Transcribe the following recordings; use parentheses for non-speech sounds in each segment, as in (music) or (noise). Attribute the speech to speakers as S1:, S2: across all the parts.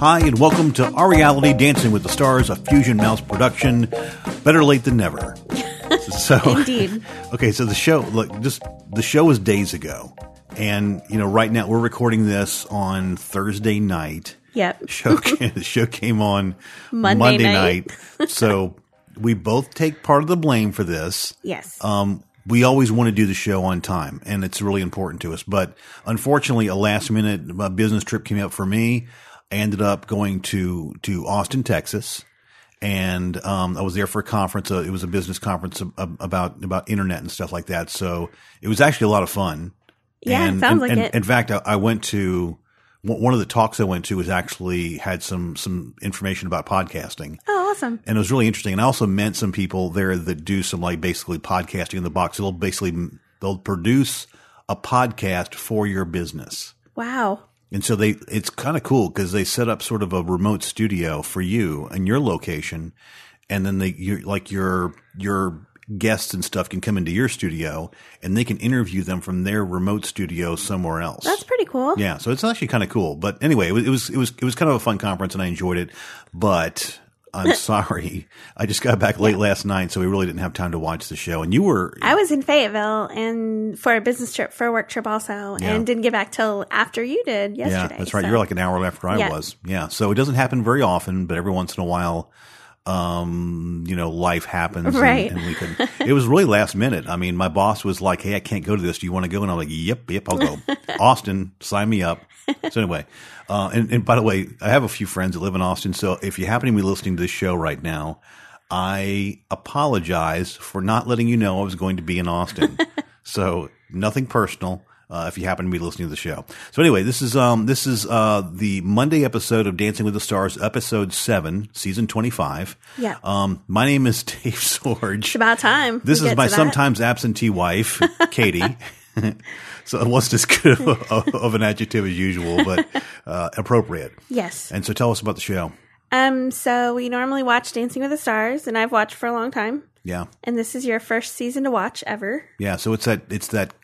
S1: Hi, and welcome to Our Reality Dancing with the Stars, a Fusion Mouse production. Better late than
S2: (laughs)
S1: never. So,
S2: Indeed.
S1: (laughs) okay, so the show, look, just the show was days ago. And, you know, right now we're recording this on Thursday night. (laughs)
S2: Yep. (laughs)
S1: Show, the show came on
S2: Monday night.
S1: night. So we both take part of the blame for this.
S2: Yes.
S1: Um, we always want to do the show on time, and it's really important to us. But unfortunately, a last minute uh, business trip came up for me. I ended up going to to Austin, Texas, and um, I was there for a conference. Uh, it was a business conference ab- ab- about about internet and stuff like that. So it was actually a lot of fun.
S2: Yeah, it
S1: and,
S2: sounds
S1: and-
S2: like
S1: and-
S2: it.
S1: In fact, I, I went to one one of the talks I went to was actually had some some information about podcasting
S2: oh, awesome.
S1: and it was really interesting. And I also met some people there that do some like basically podcasting in the box. They'll basically they'll produce a podcast for your business,
S2: Wow.
S1: and so they it's kind of cool because they set up sort of a remote studio for you and your location, and then they you like your your guests and stuff can come into your studio and they can interview them from their remote studio somewhere else.
S2: That's pretty cool.
S1: Yeah, so it's actually kind of cool. But anyway, it was, it was it was it was kind of a fun conference, and I enjoyed it. But
S2: (laughs)
S1: I'm sorry, I just got back late last night, so we really didn't have time to watch the show. And you were
S2: I was in Fayetteville and for a business trip, for a work trip also,
S1: Yeah.
S2: and didn't get back till after you did
S1: yeah,
S2: yesterday.
S1: that's right.
S2: so-
S1: You're like an hour after I
S2: Yeah.
S1: was. Yeah, so it doesn't happen very often, but every once in a while. Um, you know, life happens, and-
S2: Right.
S1: And, we could. It was really last minute. I mean, my boss was like, "Hey, I can't go to this. Do you want to go?" And I'm like, "Yep, yep, I'll
S2: (laughs)
S1: go." Austin, sign me up. So anyway, uh, and, and by the way, I have a few friends that live in Austin. So if you happen to be listening to this show right now, I apologize for not letting you know I was going to be in
S2: (laughs)
S1: Austin. so nothing personal. Uh, if you happen to be listening to the show, so anyway, this is um this is uh the Monday episode of Dancing with the Stars, episode seven, season twenty five.
S2: Yeah.
S1: Um, my name is (laughs) Dave Sorge.
S2: It's about time.
S1: This
S2: we
S1: is
S2: get
S1: my
S2: to that.
S1: sometimes absentee
S2: (laughs)
S1: wife, Katie. (laughs) so it wasn't as good of, of, an adjective as usual, but uh, appropriate.
S2: Yes.
S1: And so tell us about the show.
S2: Um. So we normally watch Dancing with the Stars, and I've watched for a long time.
S1: Yeah,
S2: And this is your first season to watch ever.
S1: yeah. So it's that it's that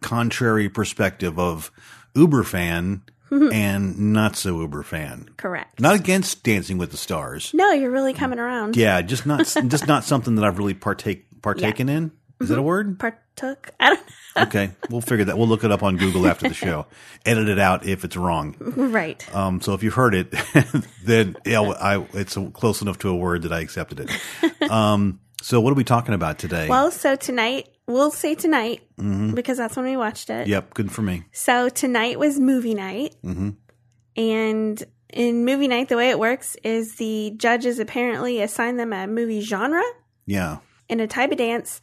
S1: contrary perspective of Uber
S2: (laughs)
S1: fan and not so Uber fan.
S2: Correct.
S1: Not against Dancing with the Stars.
S2: No, you're really coming around.
S1: Yeah, just not (laughs) just not something that I've really partake partaken in. Is
S2: Mm-hmm.
S1: that a word?
S2: Partook. I don't. (laughs)
S1: Okay, we'll figure that. We'll look it up on Google after the show. Edit it out if it's wrong.
S2: Right.
S1: Um, so if you've heard it, (laughs) then yeah, well, I, it's close enough to a word that I accepted it. Um, so what are we talking about today? Mm-hmm.
S2: Well, so tonight we'll say tonight
S1: Mm.
S2: because that's when we watched it.
S1: yep, good for me.
S2: So tonight was movie night.
S1: Mhm.
S2: And in movie night, the way it works is the judges apparently assign them a movie genre
S1: Yeah,
S2: and a type of dance,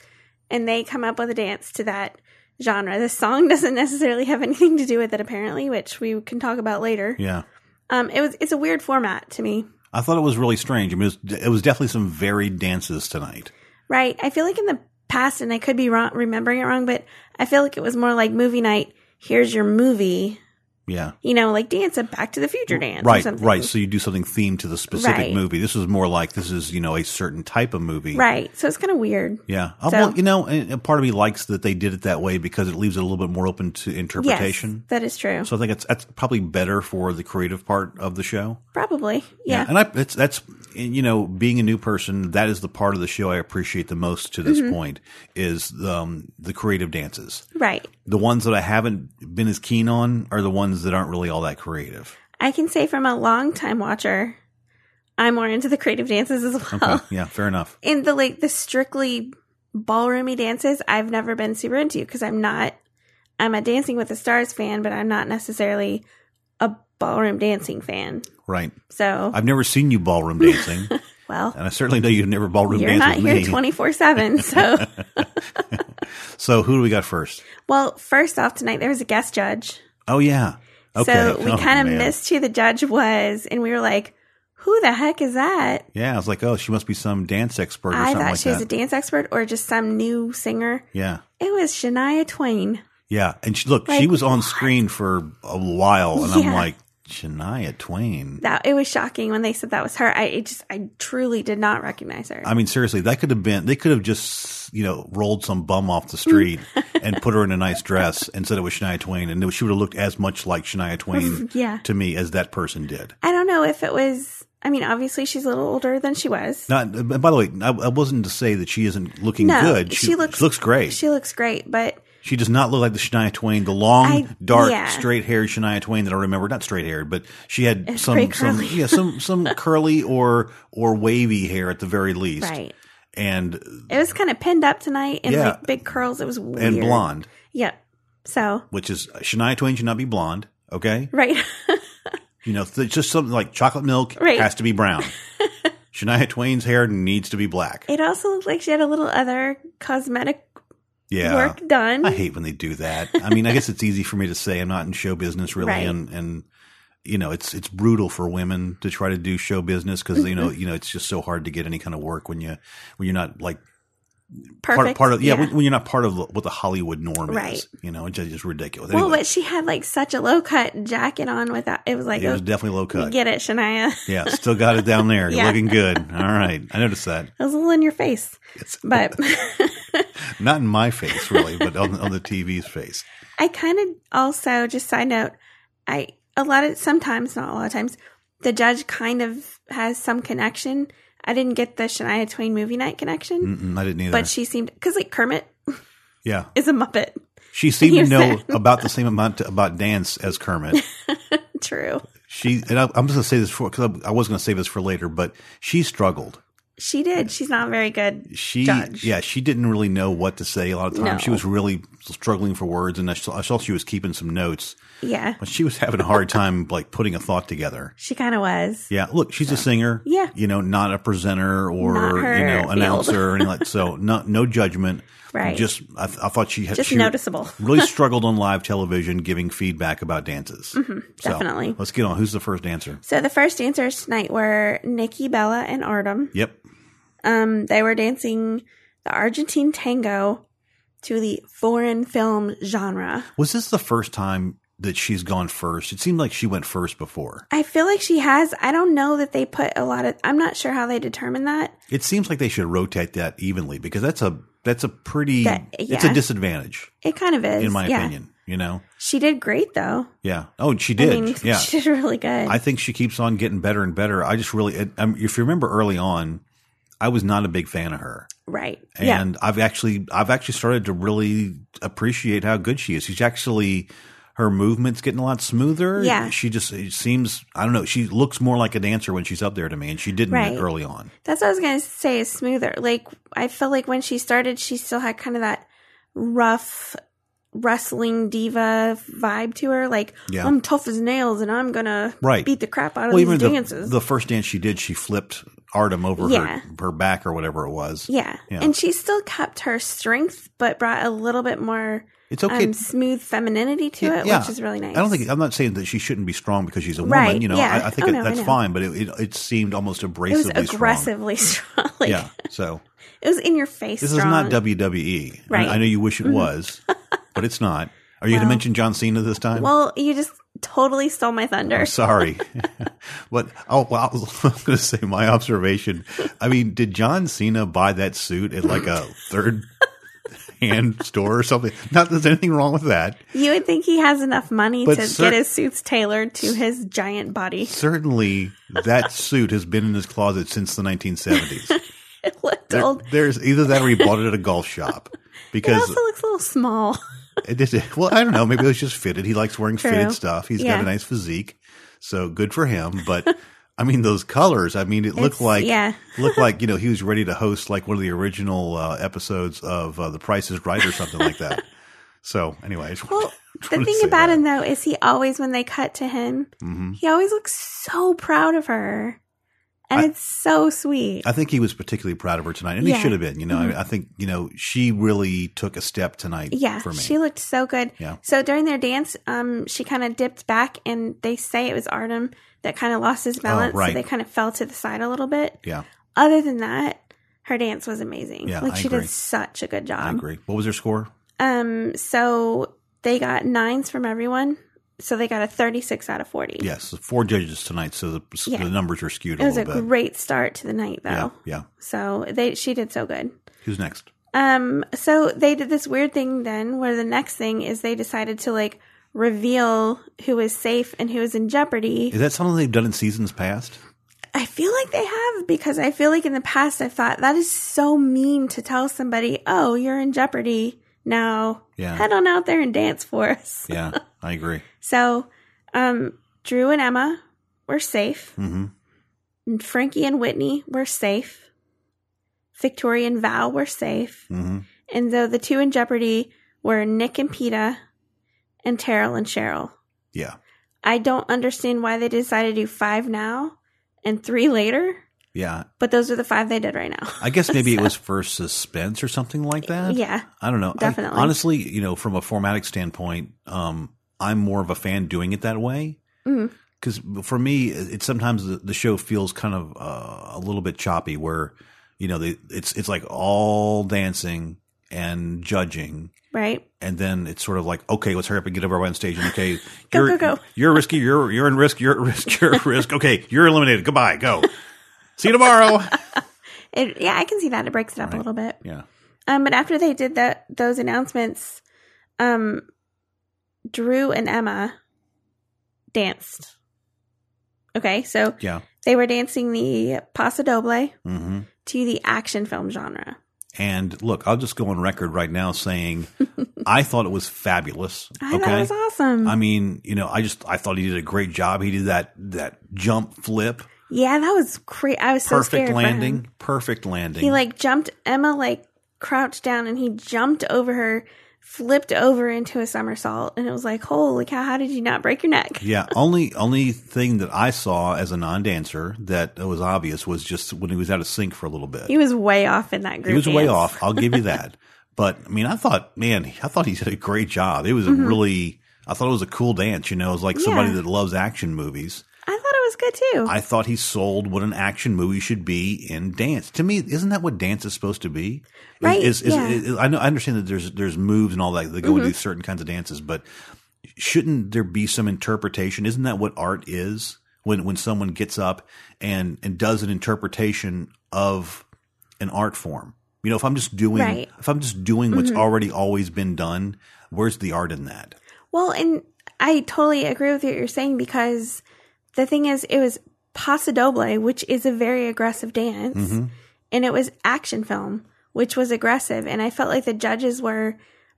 S2: and they come up with a dance to that genre. The song (laughs) doesn't necessarily have anything to do with it, apparently, which we can talk about later.
S1: yeah.
S2: Um, it was it's a weird format to me,
S1: I thought it was really strange. I mean, it was, it was definitely some varied dances tonight.
S2: right? I feel like in the past, and I could be wrong, remembering it wrong, but I feel like it was more like movie night. Here's your movie,
S1: Yeah,
S2: you know, like dance a Back to the Future dance, or
S1: right,
S2: something.
S1: right. So you do something themed to the specific
S2: Right.
S1: movie. This was more like this is you know a certain type of movie.
S2: Right. So it's kind of weird.
S1: Yeah. Uh,
S2: So-
S1: well, you know, and and part of me likes that they did it that way because it leaves it a little bit more open to interpretation.
S2: Yes, that is true.
S1: So I think it's that's probably better for the creative part of the show.
S2: Probably. Yeah.
S1: and I it's, that's you know being a new person that is the part of the show I appreciate the most to
S2: Mm-hmm.
S1: this point is um, the creative dances.
S2: Right.
S1: The ones that I haven't been as keen on are the ones that aren't really all that creative.
S2: I can say from a long time watcher, I'm more into the creative dances as well.
S1: Okay, yeah, fair enough.
S2: (laughs) In the like the strictly ballroomy dances, I've never been super into because I'm not I'm a Dancing with the Stars fan, but I'm not necessarily a ballroom dancing fan.
S1: Right.
S2: So
S1: I've never seen you ballroom
S2: (laughs)
S1: dancing,
S2: well,
S1: and I certainly know you've never uh, ballroom
S2: you're
S1: danced
S2: not
S1: with
S2: here
S1: me.
S2: twenty
S1: (laughs)
S2: four seven. So
S1: so who do we got first?
S2: well, first off tonight there was a guest judge.
S1: Oh yeah. Okay.
S2: So we
S1: Oh,
S2: kind of
S1: man.
S2: missed who the judge was, and we were like, "Who the heck is that?"
S1: Yeah, I was like, oh, she must be some dance expert or
S2: I
S1: something
S2: thought
S1: like
S2: she was
S1: that.
S2: a dance expert or just some new singer.
S1: yeah.
S2: It was Shania Twain.
S1: Yeah, and she, look, she
S2: Like,
S1: was on screen for a while, and I'm
S2: Yeah.
S1: like Shania Twain.
S2: That it was shocking when they said that was her. I it just I truly did not recognize her. (laughs)
S1: I mean, seriously, that could have been. They could have just you know rolled some bum off the street and put her in a nice dress and said it was Shania Twain, and she would have looked as much like Shania Twain
S2: (laughs) yeah.
S1: to me as that person did.
S2: I don't know if it was. I mean, obviously she's a little older than she was.
S1: Not, and by the way, I, I wasn't to say that she isn't looking
S2: No,
S1: good.
S2: she looks-
S1: great. She,
S2: She looks great, but
S1: does not look like the Shania Twain, the long,
S2: I-
S1: dark,
S2: yeah.
S1: straight-haired Shania Twain that I remember. Not straight-haired, but she had
S2: was
S1: some,
S2: pretty
S1: some,
S2: curly.
S1: yeah,
S2: (laughs)
S1: some, some curly or or wavy hair at the very least,
S2: right.
S1: and
S2: It was kind of pinned up tonight in
S1: Yeah.
S2: like big curls. It was weird.
S1: and blonde,
S2: Yep. So
S1: which is Shania Twain should not be blonde. Okay,
S2: right. (laughs)
S1: you know, th- just something like chocolate milk
S2: Right.
S1: has to be
S2: (laughs)
S1: brown. Shania Twain's hair needs to be black.
S2: it also looked like she had a little other cosmetic
S1: Yeah,
S2: work done.
S1: I hate when they do that. I mean, I guess it's easy for me to say I'm not in show business really,
S2: Right.
S1: and and you know it's it's brutal for women to try to do show business because you
S2: Mm-hmm.
S1: know you know it's just so hard to get any kind of work when you when you're not like part
S2: Perfect.
S1: part of yeah, When, when you're not part of what the Hollywood norm
S2: Right.
S1: is. You know, it's just ridiculous.
S2: well,
S1: Anyway,
S2: but she had like such a low cut jacket on without. It was like,
S1: it was
S2: oh,
S1: definitely low cut.
S2: get it, Shania.
S1: yeah, still got it down there. You're
S2: Yeah.
S1: looking good. All right, I noticed that.
S2: It was a little in your face,
S1: It's
S2: but
S1: (laughs)
S2: (laughs)
S1: not in my face really, but on on the TV's face.
S2: I kind of also just side note, I a lot of sometimes not a lot of times the judge kind of has some connection. I didn't get the Shania Twain movie night connection,
S1: Mm-mm, I didn't either.
S2: but she seemed because like Kermit
S1: yeah,
S2: is a Muppet. (laughs)
S1: she seemed to
S2: Here's
S1: know
S2: that.
S1: about the same amount to, about dance as Kermit.
S2: True,
S1: She and I, I'm just gonna say this for because I, I was gonna save this for later, but she struggled.
S2: she did. She's not very good.
S1: She
S2: Judge.
S1: yeah, she didn't really know what to say a lot of times. She
S2: No.
S1: was really struggling for words, and I saw, I saw she was keeping some notes,
S2: Yeah,
S1: but she was having a hard time like putting a thought together.
S2: she kind of was.
S1: Yeah, look, she's a singer.
S2: Yeah.
S1: you know, not a presenter
S2: Not
S1: or
S2: her
S1: you know
S2: field.
S1: announcer or anything like so. Not no judgment.
S2: Right.
S1: Just I, th- I thought she had
S2: Just
S1: she
S2: noticeable. (laughs)
S1: really struggled on live television giving feedback about dances. So,
S2: Mm-hmm, definitely.
S1: let's get on. Who's the first dancer?
S2: So the first dancers tonight were Nikki Bella and Artem.
S1: Yep.
S2: Um, they were dancing the Argentine tango to the foreign film genre.
S1: Was this the first time that she's gone first? It seemed like she went first before.
S2: I feel like she has. I don't know that they put a lot of. I'm not sure how they determine that.
S1: It seems like they should rotate that evenly because that's a that's a pretty
S2: That-
S1: it's a
S2: yeah.
S1: disadvantage
S2: It kind of is,
S1: in my
S2: yeah.
S1: opinion. You know,
S2: She did great though.
S1: yeah. Oh, and she did.
S2: I mean, (laughs)
S1: yeah,
S2: she did really good.
S1: I think she keeps on getting better and better. I just really, it, um, if you remember early on, I was not a big fan of her.
S2: right? yeah,
S1: and I've actually I've actually started to really appreciate how good she is. She's actually her movement's getting a lot smoother.
S2: Yeah.
S1: she just it seems I don't know. She looks more like a dancer when she's up there to me, and she didn't
S2: Right.
S1: early on.
S2: that's what I was gonna say. Is smoother. Like I felt like when she started, she still had kind of that rough wrestling diva vibe to her. Like
S1: Yeah.
S2: I'm tough as nails, and I'm gonna
S1: Right.
S2: beat the crap out of
S1: Well,
S2: these
S1: even the,
S2: dances.
S1: the first dance she did, she flipped Artem over
S2: Yeah.
S1: her her back or whatever it was.
S2: yeah.
S1: Yeah.
S2: and she still kept her strength, but brought a little bit more.
S1: It's okay.
S2: um, smooth femininity to
S1: Yeah,
S2: it,
S1: yeah.
S2: which is really nice.
S1: I don't think I'm not saying that she shouldn't be strong because she's a woman.
S2: Right,
S1: You know,
S2: yeah.
S1: I, I think
S2: Oh,
S1: it-
S2: no, I
S1: that's
S2: know.
S1: fine, but it, it it seemed almost
S2: it was
S1: abrasively strong.
S2: aggressively (laughs) strong. Like
S1: yeah, so
S2: it was in your face.
S1: This
S2: strong.
S1: is not WWE. I-
S2: Right. Mm-hmm.
S1: I, know you wish it was, but it's not. Are you going to
S2: Well-
S1: mention John Cena this time?
S2: Well, you just totally stole my
S1: I'm
S2: thunder.
S1: sorry. (laughs) but oh, well, I was (laughs) going to say my observation. I mean, did John Cena buy that suit at like a third hand store or something? Not that there's anything wrong with that.
S2: You would think he has enough money
S1: But
S2: to
S1: cer-
S2: get his suits tailored to his giant body. (laughs)
S1: Certainly, that suit has been in his closet since the
S2: (laughs)
S1: 1970s.
S2: It looked
S1: There-
S2: old.
S1: there's either that or he bought it at a golf
S2: (laughs)
S1: shop.
S2: It
S1: Because
S2: also looks a little small.
S1: It just, (laughs) well, I don't know. Maybe it was just fitted. He likes wearing
S2: True.
S1: fitted stuff. He's got
S2: Yeah.
S1: a nice physique, so good for him. But (laughs) I mean, those colors. I mean, it looked
S2: It's-
S1: like (laughs)
S2: yeah.
S1: looked
S2: (laughs)
S1: like you know he was ready to host like one of the original uh, episodes of uh, The Price Is Right or something like
S2: (laughs)
S1: that. So anyway, I just (laughs)
S2: Well,
S1: wanted
S2: the
S1: to
S2: thing
S1: say
S2: about
S1: that.
S2: him though is he always, when they cut to him,
S1: Mhm.
S2: he always looks so proud of her, and
S1: I-
S2: it's so sweet.
S1: I think he was particularly proud of her tonight, and
S2: Yeah. Mm-hmm.
S1: he should have been. You know, I, I think you know she really took a step tonight.
S2: Yeah,
S1: for me.
S2: she looked so good.
S1: Yeah.
S2: So during their dance, um, she kind of dipped back, and they say it was Artem that kind of lost his balance,
S1: Oh, right.
S2: so they kind of fell to the side a little bit.
S1: yeah,
S2: Other than that, her dance was amazing.
S1: Yeah,
S2: like
S1: I
S2: she
S1: agree.
S2: did such a good job.
S1: I agree. What was her score?
S2: Um, so they got nines from everyone, so they got a thirty-six out of forty.
S1: Yes, four judges tonight, so the,
S2: Yeah.
S1: the numbers are skewed
S2: It
S1: a
S2: was a
S1: little bit.
S2: great start to the night, though.
S1: yeah, yeah.
S2: So they she did so good.
S1: Who's next?
S2: Um, so they did this weird thing then where the next thing is they decided to like reveal who is safe and who is in jeopardy.
S1: Is that something they've done in seasons past?
S2: I feel like they have because I feel like in the past I thought that is so mean to tell somebody, "Oh, you're in jeopardy now.
S1: Yeah.
S2: Head on out there and dance for us."
S1: Yeah, I agree.
S2: So, um, Drew and Emma were safe.
S1: hmm
S2: And Frankie and Whitney were safe. Victoria and Val were safe.
S1: hmm
S2: And though the two in jeopardy were Nick and Peta and Terrell and Cheryl.
S1: Yeah,
S2: I don't understand why they decided to do five now and three later,
S1: yeah.
S2: but those are the five they did right now.
S1: I guess maybe it was for suspense or something like that.
S2: (laughs) yeah.
S1: I don't know. I-
S2: Definitely.
S1: honestly, you know, from a formatic standpoint, um, I'm more of a fan doing it that way.
S2: Mhm.
S1: Because for me, it it's sometimes the, the show feels kind of uh, a little bit choppy, where you know they, it's it's like all dancing and judging,
S2: Right.
S1: and then it's sort of like, okay, let's hurry up and get everybody on stage. And okay,
S2: (laughs) Go,
S1: you're
S2: go, go.
S1: you're risky. You're you're in risk. You're at risk. You're at risk. Okay, you're eliminated. Goodbye. Go. See you
S2: (laughs)
S1: tomorrow.
S2: It, yeah, I can see that. It breaks it up
S1: Right.
S2: a little bit.
S1: yeah.
S2: Um, but after they did that, those announcements, um, Drew and Emma danced. Okay, so
S1: Yeah.
S2: they were dancing the Paso Doble
S1: hmm
S2: to the action film genre.
S1: And look, I'll just go on record right now saying I thought it was fabulous.
S2: I thought it was awesome.
S1: I mean, you know, I just I thought he did a great job. He did that that jump flip,
S2: yeah, that was crazy. I was so
S1: perfect
S2: scared for him.
S1: landing, perfect landing.
S2: He like jumped. Emma like crouched down and he jumped over her, flipped over into a somersault, and it was like, holy cow! How did you not break your neck?
S1: yeah, only only thing that I saw as a non-dancer that was obvious was just when he was out of sync for a little bit.
S2: He was way off in that group.
S1: He was way
S2: dance.
S1: off. I'll give you that. But I mean, I thought, man, I thought he did a great job. It was a really, I thought it was a cool dance. You know, it was like somebody
S2: Yeah.
S1: that loves action movies.
S2: I thought it was good too.
S1: I thought he sold what an action movie should be in dance. To me, isn't that what dance is supposed to be? Is-
S2: Right,
S1: Is, is,
S2: yeah. Mm-hmm.
S1: is- I know. I understand that there's there's moves and all that that go into certain kinds of dances, but shouldn't there be some interpretation? Isn't that what art is? When when someone gets up and and does an interpretation of an art form. You know, if I'm just doing
S2: Right. Mm-hmm.
S1: if I'm just doing what's already always been done, where's the art in that?
S2: Well, and I totally agree with what you're saying because the thing is, it was Paso Doble, which is a very aggressive dance,
S1: Mm-hmm.
S2: and it was action film, which was aggressive. And I felt like the judges were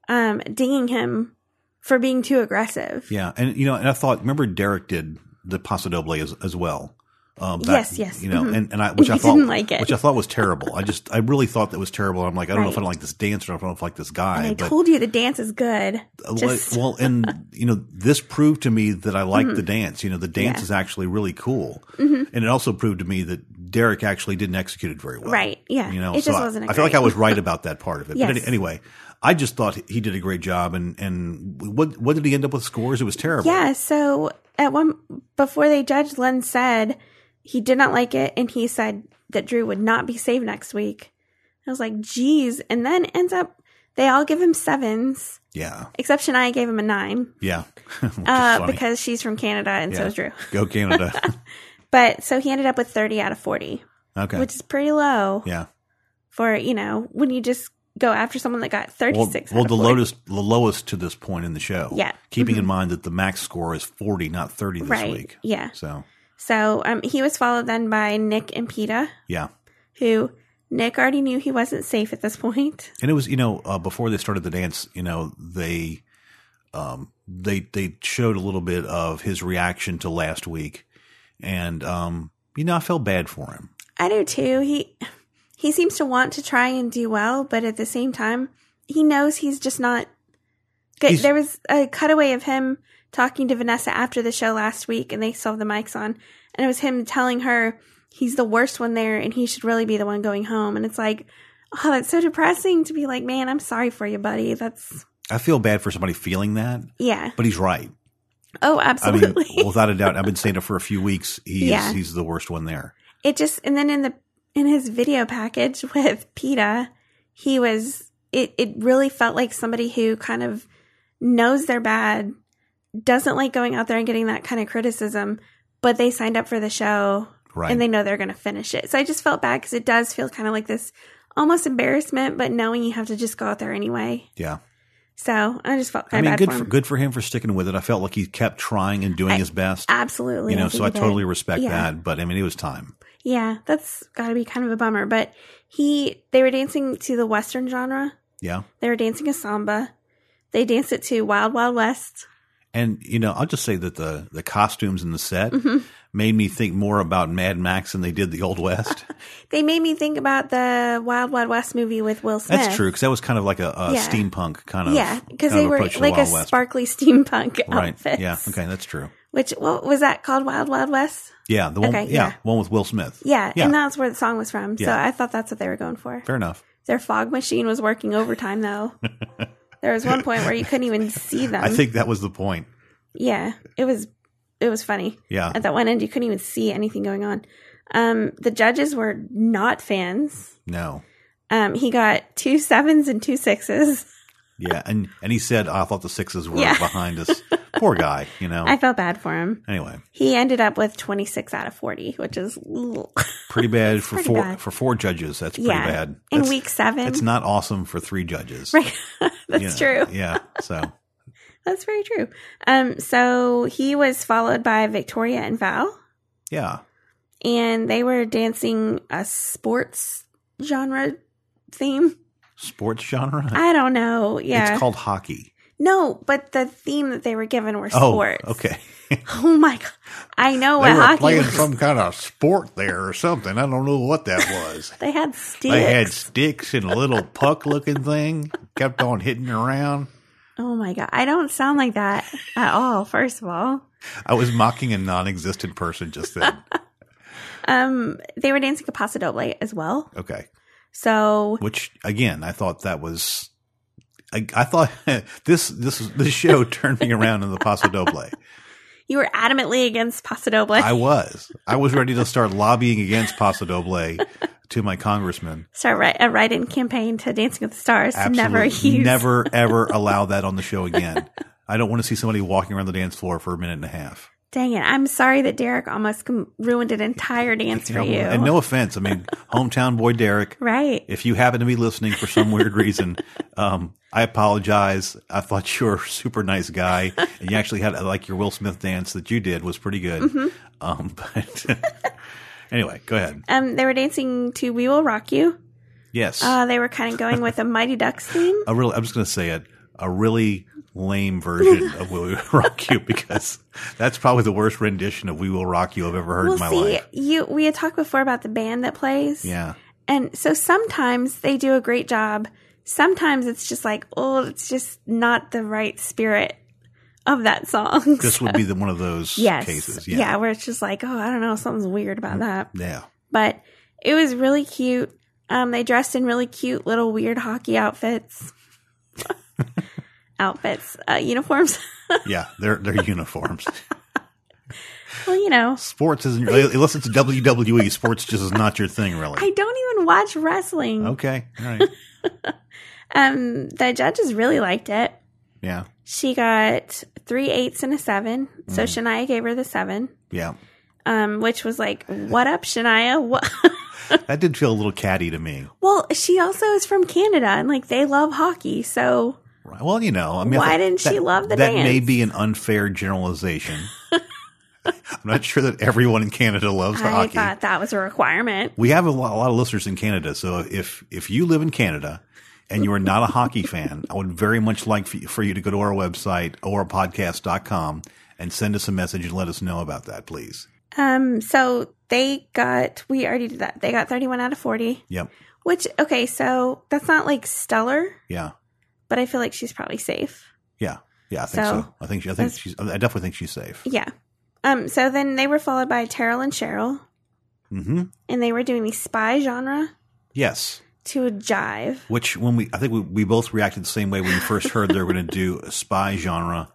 S2: um, dinging him for being too aggressive.
S1: Yeah, and you know, and I thought, remember Derek did the Paso Doble as, as well. Um,
S2: Yes, yes.
S1: You know,
S2: Mhm.
S1: and, and I which I
S2: (laughs) You
S1: thought
S2: didn't like it.
S1: which I thought was terrible. I just I really thought that was terrible. I'm like, I don't know if I
S2: Right.
S1: don't like this dancer, I don't know if I like this guy.
S2: And I
S1: but uh,
S2: told you the dance is good. Just, Mm-hmm.
S1: well, and
S2: (laughs)
S1: you know, this proved to me that I like the dance. You know, the dance
S2: Yeah. Mm-hmm.
S1: is actually really cool, and it also proved to me that Derek actually didn't execute it very well.
S2: right? Yeah,
S1: You know,
S2: it just
S1: so I-
S2: wasn't.
S1: I, feel like I
S2: great.
S1: was
S2: (laughs)
S1: right about that part of it. But
S2: Yes.
S1: any, anyway, I just thought he did a great job, and and what what did he end up with scores? It was terrible.
S2: Yeah. So at one before they judged, Len said he did not like it, and he said that Drew would not be saved next week. I was like, geez. And then ends up they all give him sevens,
S1: yeah,
S2: except Shania gave him a nine
S1: yeah. (laughs) Which is
S2: uh,
S1: funny.
S2: because she's from Canada and so
S1: Yeah.
S2: is Drew.
S1: Go
S2: (laughs)
S1: Canada.
S2: But so he ended up with thirty out of forty,
S1: okay.
S2: which is pretty low
S1: yeah.
S2: for you know when you just go after someone that got thirty
S1: Well,
S2: six.
S1: well the
S2: lotus.
S1: lowest, the lowest to this point in the show.
S2: Yeah. Mm-hmm.
S1: Keeping in mind that the max score is forty, not thirty this
S2: right?
S1: week.
S2: Yeah.
S1: So
S2: So um, he was followed then by Nick and Peta.
S1: yeah,
S2: who Nick already knew he wasn't safe at this point. (laughs)
S1: and it was you know uh, before they started the dance, you know they, um, they they showed a little bit of his reaction to last week, and um, you know I felt bad for him.
S2: I do too. He he seems to want to try and do well, but at the same time, he knows he's just not good.
S1: He's-
S2: there was a cutaway of him talking to Vanessa after the show last week and they still have the mics on, and it was him telling her he's the worst one there and he should really be the one going home. And it's like, oh, that's so depressing to be like, man, I'm sorry for you, buddy. That's
S1: I feel bad for somebody feeling that,
S2: yeah.
S1: but he's right.
S2: Oh,
S1: I mean,
S2: absolutely.
S1: without a doubt, I've been saying it for a few weeks. He
S2: Yeah.
S1: is, he's the worst one there.
S2: it just and then in the in his video package (laughs) with PETA, he was it it really felt like somebody who kind of knows they're bad, doesn't like going out there and getting that kind of criticism, but they signed up for the show
S1: Right.
S2: and they know they're going to finish it. So I just felt bad cuz it does feel kind of like this almost embarrassment, but knowing you have to just go out there anyway.
S1: Yeah.
S2: So I just felt
S1: I
S2: kind of
S1: mean,
S2: bad
S1: good
S2: for
S1: for,
S2: him.
S1: good for him for sticking with it. I felt like he kept trying and doing
S2: I-
S1: his best.
S2: Absolutely,
S1: you know,
S2: think
S1: so I
S2: he did.
S1: totally respect
S2: Yeah.
S1: that. But I mean, it was time.
S2: Yeah, that's got to be kind of a bummer. But he, they were dancing to the Western genre.
S1: Yeah.
S2: They were dancing a samba. They danced it to Wild Wild West.
S1: And you know, I'll just say that the the costumes in the set
S2: Mhm.
S1: made me think more about Mad Max than they did the Old
S2: (laughs)
S1: West.
S2: They made me think about the Wild Wild West movie with Will Smith.
S1: That's true because that was kind of like a, a
S2: Yeah.
S1: steampunk kind of
S2: Yeah, because
S1: kind
S2: they
S1: of
S2: were
S1: approach to the
S2: like a
S1: Wild West.
S2: sparkly (laughs) steampunk
S1: right?
S2: outfit.
S1: Yeah, okay, that's true.
S2: Which what was that called? Wild Wild West.
S1: Yeah, the one,
S2: Okay,
S1: yeah,
S2: yeah.
S1: one with Will Smith.
S2: Yeah,
S1: Yeah.
S2: and that's where the song was from. So
S1: Yeah.
S2: I thought that's what they were going for.
S1: Fair enough.
S2: Their fog machine was working
S1: (laughs)
S2: overtime though. there was one point where you couldn't even see them.
S1: I think that was the point.
S2: yeah, it was it was funny.
S1: Yeah,
S2: At that one end you couldn't even see anything going on. Um the judges were not fans.
S1: no,
S2: Um he got two sevens and two sixes.
S1: yeah, and and he said, "I thought the sixes were
S2: Yeah.
S1: behind
S2: (laughs)
S1: us." Poor guy, you know.
S2: I felt bad for him.
S1: anyway,
S2: He ended up with 26 out of 40, which is l-
S1: pretty bad for
S2: pretty
S1: four
S2: bad.
S1: for four judges. That's pretty
S2: Yeah.
S1: bad.
S2: in
S1: That's-
S2: week 7.
S1: It's not awesome for three judges.
S2: (laughs) right. (laughs) That's
S1: you know.
S2: true.
S1: (laughs) Yeah, so
S2: That's very true. Um, so he was followed by Victoria and Val,
S1: yeah,
S2: and they were dancing a sports genre theme.
S1: sports genre.
S2: I don't know. Yeah.
S1: It's called hockey.
S2: no, but the theme that they were given were sports.
S1: Oh, okay.
S2: (laughs) Oh my god. I know
S1: they
S2: what
S1: were
S2: hockey
S1: playing
S2: was.
S1: some kind of sport there or something. I don't know what that
S2: (laughs)
S1: was.
S2: they had sticks.
S1: They had sticks and a little puck looking thing kept on hitting around.
S2: oh my god. I don't sound like that at all, first of all.
S1: I was mocking a non existent person just
S2: (laughs)
S1: then.
S2: Um they were dancing a paso doble as well.
S1: Okay.
S2: So
S1: Which again, I thought that was I, I thought (laughs) this this this show turned me around in the Paso Doble.
S2: you were adamantly against paso doble. (laughs)
S1: I was. I was ready to start lobbying against Paso Doble to my congressman.
S2: start write, a write-in campaign to Dancing with the Stars to
S1: Absolutely.
S2: never (laughs) use.
S1: Never, ever allow that on the show again. I don't want to see somebody walking around the dance floor for a minute and a half.
S2: Dang it! I'm sorry that Derek almost com- ruined an entire dance for you.
S1: And no offense. I mean, hometown boy Derek,
S2: right?
S1: if you happen to be listening for some weird reason, um, I apologize. I thought you were a super nice guy. And you actually had like your Will Smith dance that you did was pretty good.
S2: Mm-hmm.
S1: Um, (laughs) but anyway, go ahead.
S2: Um, they were dancing to "We Will Rock You."
S1: Yes.
S2: Uh, they were kind of going with a Mighty Ducks theme.
S1: a really, I'm just going to say it, a really lame
S2: (laughs)
S1: version of "We Will Rock You" because that's probably the worst rendition of "We Will Rock You" I've ever (laughs) heard
S2: Well,
S1: in my
S2: see,
S1: life.
S2: you we had talked before about the band that plays,
S1: Yeah,
S2: and so sometimes they do a great job. Sometimes it's just like, oh, it's just not the right spirit of that song. (laughs)
S1: this would be the, one of those
S2: yes,
S1: cases.
S2: yeah,
S1: Yeah,
S2: where it's just like, oh, I don't know, something's weird about that.
S1: yeah,
S2: but it was really cute. Um, they dressed in really cute little weird hockey outfits, (laughs) outfits, uh, uniforms. (laughs)
S1: yeah. They're they're uniforms.
S2: well, you know,
S1: Sports isn't unless it's WWE. Sports just is not your thing, really.
S2: I don't even watch wrestling.
S1: okay, all right.
S2: Um, the judges really liked it.
S1: Yeah,
S2: She got three eights and a seven, so
S1: Mm.
S2: Shania gave her the seven,
S1: yeah.
S2: um, which was like, "What up, Shania?" What?
S1: That did feel a little catty to me.
S2: (laughs) well, she also is from Canada, and like they love hockey, so
S1: Right. Well, you know, I mean, I
S2: Why
S1: thought
S2: didn't she
S1: that-
S2: love the
S1: That may
S2: dance?
S1: be an unfair
S2: (laughs)
S1: generalization. I'm not sure that everyone in Canada loves
S2: I
S1: hockey.
S2: thought that was a requirement.
S1: We have a lot, a lot of listeners in Canada, so if if you live in Canada and you are not a hockey (laughs) fan, I would very much like for you, for you to go to our website orapodcast.com and send us a message and let us know about that, please.
S2: Um, so they got we already did that. They got 31 out of 40,
S1: Yep.
S2: which okay, so that's not like stellar,
S1: Yeah.
S2: but I feel like she's probably safe.
S1: Yeah. Yeah, I think so.
S2: So,
S1: I think she, I think
S2: that's-
S1: she's I definitely think she's safe.
S2: Yeah. Um, so then they were followed by Terrell and Cheryl,
S1: Mhm.
S2: and they were doing the spy genre
S1: Yes.
S2: to a jive.
S1: Which when we I think we, we both reacted the same way when we first heard they were going to do a spy genre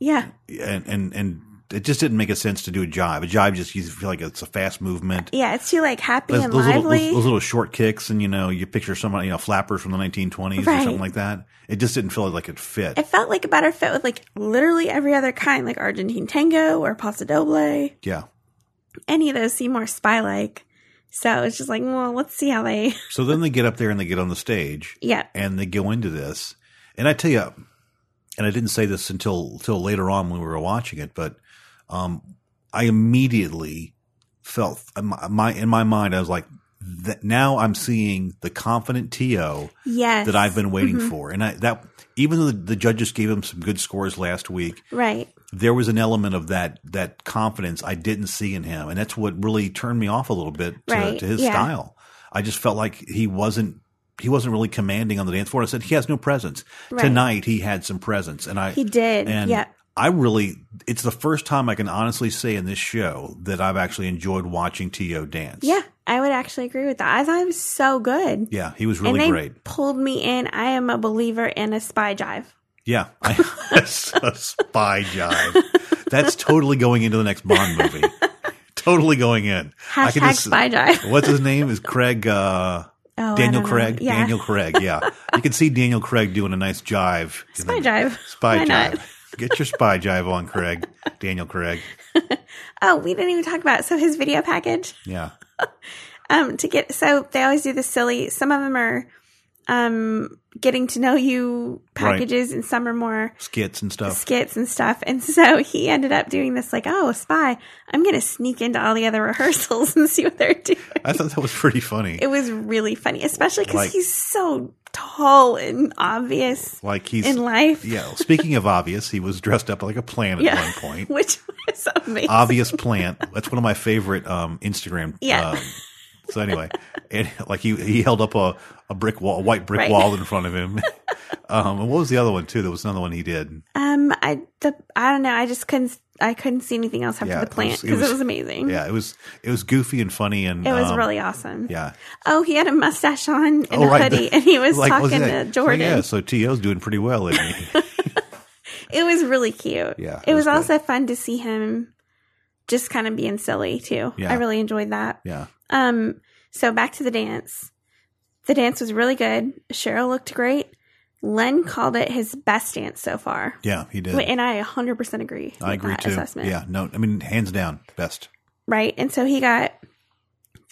S2: Yeah.
S1: and and and it just didn't make a sense to do a jive. A jive just you feel like it's a fast movement.
S2: Yeah, it's too like happy
S1: those,
S2: and
S1: those little,
S2: lively.
S1: those, those little short kicks, and you know, you picture somebody, you know, flappers from the 1920s or
S2: Right.
S1: something like that. It just didn't feel like it fit.
S2: it felt like a better fit with like literally every other kind, like Argentine tango or paso doble.
S1: yeah,
S2: Any of those seem more spy like So it's just like, well, let's see how they. (laughs)
S1: So then they get up there and they get on the stage
S2: Yeah.
S1: and they go into this. And I tell you, and I didn't say this until until later on when we were watching it, but um, I immediately felt my, my in my mind I was like, that now I'm seeing the confident To
S2: Yes.
S1: that I've been waiting
S2: Mhm.
S1: for, and I that even though the, the judges gave him some good scores last week,
S2: Right.
S1: there was an element of that that confidence I didn't see in him, and that's what really turned me off a little bit to,
S2: Right,
S1: to his
S2: yeah.
S1: style. I just felt like he wasn't he wasn't really commanding on the dance floor. I said he has no presence
S2: Right.
S1: tonight. He had some presence, and I
S2: He did.
S1: and
S2: yeah.
S1: I really it's the first time I can honestly say in this show that I've actually enjoyed watching To dance.
S2: Yeah. I would actually agree with that. I thought it was so good.
S1: yeah, he was really
S2: and they
S1: great.
S2: pulled me in. I am a believer in a spy jive.
S1: Yeah, (laughs) I, that's a spy
S2: (laughs)
S1: jive. That's totally going into the next Bond movie. totally going in. I can
S2: Hashtag
S1: just-
S2: spy
S1: (laughs)
S2: jive.
S1: What's his name? Is Craig uh,
S2: Oh, I
S1: Daniel
S2: don't know.
S1: Craig?
S2: Yeah.
S1: Daniel Craig. Yeah, you can see Daniel Craig doing a nice jive. in
S2: Spy
S1: the-
S2: jive.
S1: Spy
S2: Why
S1: jive.
S2: not?
S1: Get your spy jive on, Craig. Daniel Craig.
S2: Oh, we didn't even talk about so his video package.
S1: Yeah.
S2: Um, to get so they always do the silly. Some of them are, um, getting to know you
S1: Right. Oh.
S2: packages, and some are more
S1: Skits and stuff.
S2: skits and stuff. And (laughs) so he ended up doing this like, oh, a spy. I'm going to sneak into all the other (laughs) rehearsals and see what they're doing.
S1: I thought that was pretty funny.
S2: It was really funny, especially because
S1: Like-
S2: he's so tall and obvious
S1: Like he's.
S2: in life.
S1: yeah. Speaking of obvious, he was dressed up like a plant at
S2: Yeah.
S1: one point.
S2: (laughs) Which was amazing.
S1: obvious plant. That's one of my favorite um, Instagram.
S2: Yeah.
S1: Um, so anyway, and like he he held up a, a brick wall, a white brick
S2: Right.
S1: wall in front of him. (laughs) um, and what was the other one too? There was another one he did.
S2: Um, I the I don't know. I just couldn't. I couldn't see anything else after
S1: Yeah,
S2: the
S1: it was-
S2: plant
S1: it
S2: because
S1: was-
S2: it was amazing.
S1: Yeah, it was it was goofy and funny and
S2: It was
S1: um,
S2: really awesome.
S1: yeah.
S2: Oh, he had a mustache on and
S1: Oh,
S2: a
S1: right.
S2: hoodie, and he was
S1: what
S2: talking
S1: that?
S2: to
S1: So,
S2: Jordan.
S1: yeah, so To's doing pretty well. Isn't
S2: (laughs)
S1: he?
S2: It was really cute.
S1: Yeah,
S2: It,
S1: it was
S2: was,
S1: good.
S2: also fun to see him just kind of being silly too.
S1: Yeah.
S2: I really enjoyed that.
S1: yeah,
S2: Um so back to the dance. The dance was really good. Cheryl looked great. Len called it his best dance so far.
S1: yeah, he did.
S2: And I 100% agree.
S1: I
S2: with
S1: agree
S2: that
S1: too.
S2: Assessment.
S1: Yeah, no, I mean hands down best.
S2: Right. And so he got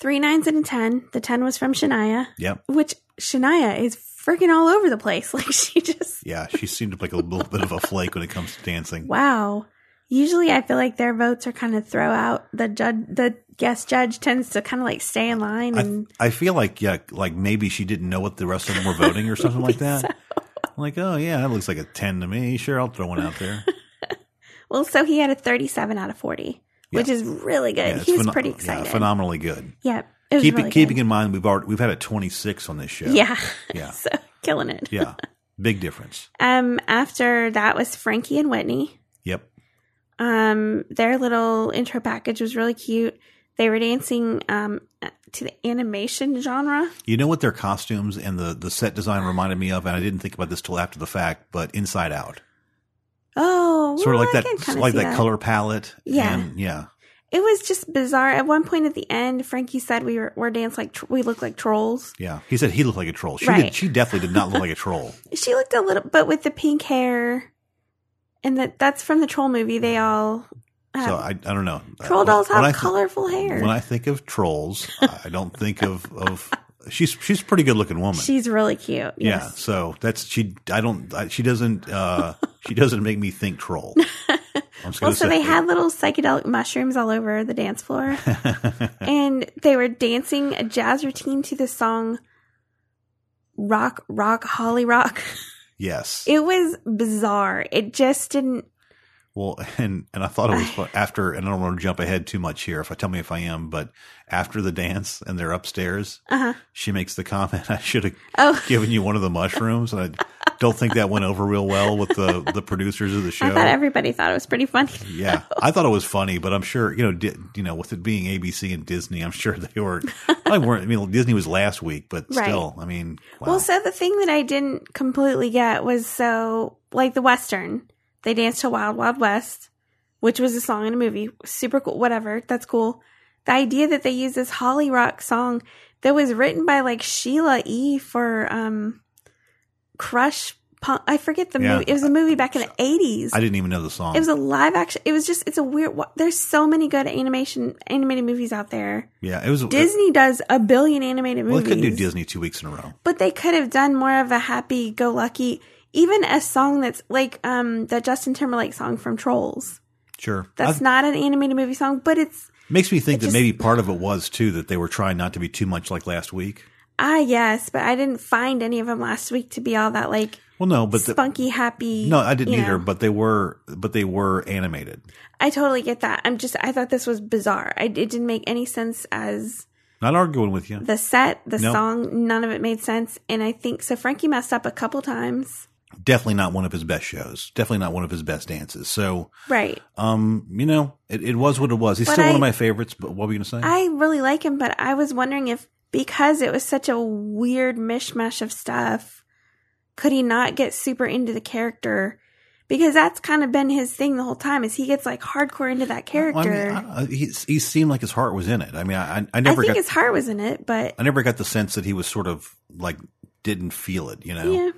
S2: three nines and a 10. The 10 was from Shania,
S1: Yep.
S2: which Shania is freaking all over the place. (laughs) Like she just
S1: Yeah, she seemed like a little bit of a flake when it comes to dancing.
S2: Wow. Usually, I feel like their votes are kind of throw out. The judge, the guest judge, tends to kind of like stay in line, and
S1: I feel like yeah, like maybe she didn't know what the rest of them were voting or something
S2: (laughs)
S1: like that. Like, oh yeah, that looks like a ten to me. Sure, I'll throw one out
S2: (laughs)
S1: there.
S2: well, so he had a thirty-seven out of forty, which is really
S1: Yeah,
S2: good.
S1: it's
S2: he was
S1: phenom-
S2: pretty
S1: yeah,
S2: excited. Yeah,
S1: phenomenally good.
S2: it was
S1: Keep
S2: really
S1: keeping
S2: good.
S1: in mind we've already we've had a twenty six on this show.
S2: yeah, (laughs)
S1: Yeah.
S2: so killing it.
S1: yeah, big difference.
S2: Um, after that was Frankie and Whitney.
S1: Yep.
S2: Um, their little intro package was really cute. They were dancing um to the animation genre.
S1: You know what their costumes and the the set design reminded me of, and I didn't think about this till after the fact, but Inside Out,
S2: Oh,
S1: sort of
S2: well,
S1: like
S2: I can
S1: that,
S2: kinda
S1: like
S2: see
S1: that, color palette.
S2: Yeah.
S1: and, yeah,
S2: It was just bizarre. At one point at the end, Frankie said we were we're danced like tr- we looked like trolls.
S1: yeah. He said he looked like a troll. She
S2: Right.
S1: did, she definitely did not look like a
S2: (laughs)
S1: troll.
S2: She looked a little, but with the pink hair, and that that's from the troll movie. They all have,
S1: So I, I don't know.
S2: Uh, troll
S1: When-
S2: dolls have
S1: when I th-
S2: colorful hair.
S1: When I think of trolls, I don't think of of she's she's a pretty good looking woman.
S2: She's really cute.
S1: Yeah,
S2: Yes.
S1: so that's she. I don't. I, she doesn't. uh She doesn't make me think
S2: (laughs)
S1: troll. I'm just
S2: Well,
S1: gonna
S2: so
S1: say
S2: they had little psychedelic mushrooms all over the dance
S1: (laughs)
S2: floor, and they were dancing a jazz routine to the song "Rock, Rock, Holly Rock." (laughs)
S1: yes.
S2: It was bizarre. It just didn't.
S1: well, (laughs) and and I thought it was fun. after. And I don't want to jump ahead too much here. If I tell me if I am, but after the dance and they're upstairs,
S2: Uh huh.
S1: she makes the comment, (laughs) "I should have
S2: Oh.
S1: given you one of the mushrooms." And I don't think that went over real well with the the producers of the show.
S2: (laughs) I thought everybody thought it was pretty funny.
S1: Yeah, I thought it was funny, but I'm sure you know, di- you know, with it being ABC and Disney, I'm sure (laughs) they were. I weren't. I mean, Disney was last week, but
S2: Right.
S1: still, I mean, wow.
S2: Well, so the thing that I didn't completely get was so like the western. They danced to Wild Wild West, which was a song in a movie. Super cool. Whatever. That's cool. The idea that they used this Holly Rock song that was written by like Sheila E. for um Crush punk. I forget the
S1: Yeah.
S2: movie. It was a movie back in the eighties.
S1: I didn't even know the song.
S2: It was a live action. It was just. It's a weird. wa- There's so many good animation animated movies out there.
S1: yeah, it was.
S2: Disney does a billion animated
S1: well,
S2: movies.
S1: they couldn't do Disney two weeks in a row.
S2: But they could have done more of a happy go lucky. Even a song that's like um the Justin Timberlake song from Trolls.
S1: Sure,
S2: That's
S1: I've-
S2: not an animated movie song, but it's
S1: makes me think
S2: it
S1: that
S2: just-
S1: maybe part of it was too that they were trying not to be too much like last week.
S2: ah yes. But I didn't find any of them last week to be all that like
S1: Well, no, but the,
S2: spunky happy.
S1: no, I didn't
S2: you know.
S1: either. But they were, but they were animated.
S2: I totally get that. I'm just I thought this was bizarre. I, it didn't make any sense as
S1: Not arguing with you.
S2: the set, the
S1: No.
S2: song, none of it made sense. And I think so. Frankie messed up a couple times.
S1: Definitely not one of his best shows. Definitely not one of his best dances. So,
S2: Right.
S1: um, you know, it, it was what it was. He's
S2: But
S1: still one
S2: I-
S1: of my favorites. But what were you going to say?
S2: I really like him, but I was wondering if because it was such a weird mishmash of stuff, could he not get super into the character? Because that's kind of been his thing the whole time is he gets like hardcore into that character.
S1: Well, I mean,
S2: I,
S1: I- I- he, he seemed like his heart was in it. I mean, I, I- I never
S2: think
S1: got,
S2: his heart was in it, but
S1: I never got the sense that he was sort of like didn't feel it. You know,
S2: yeah.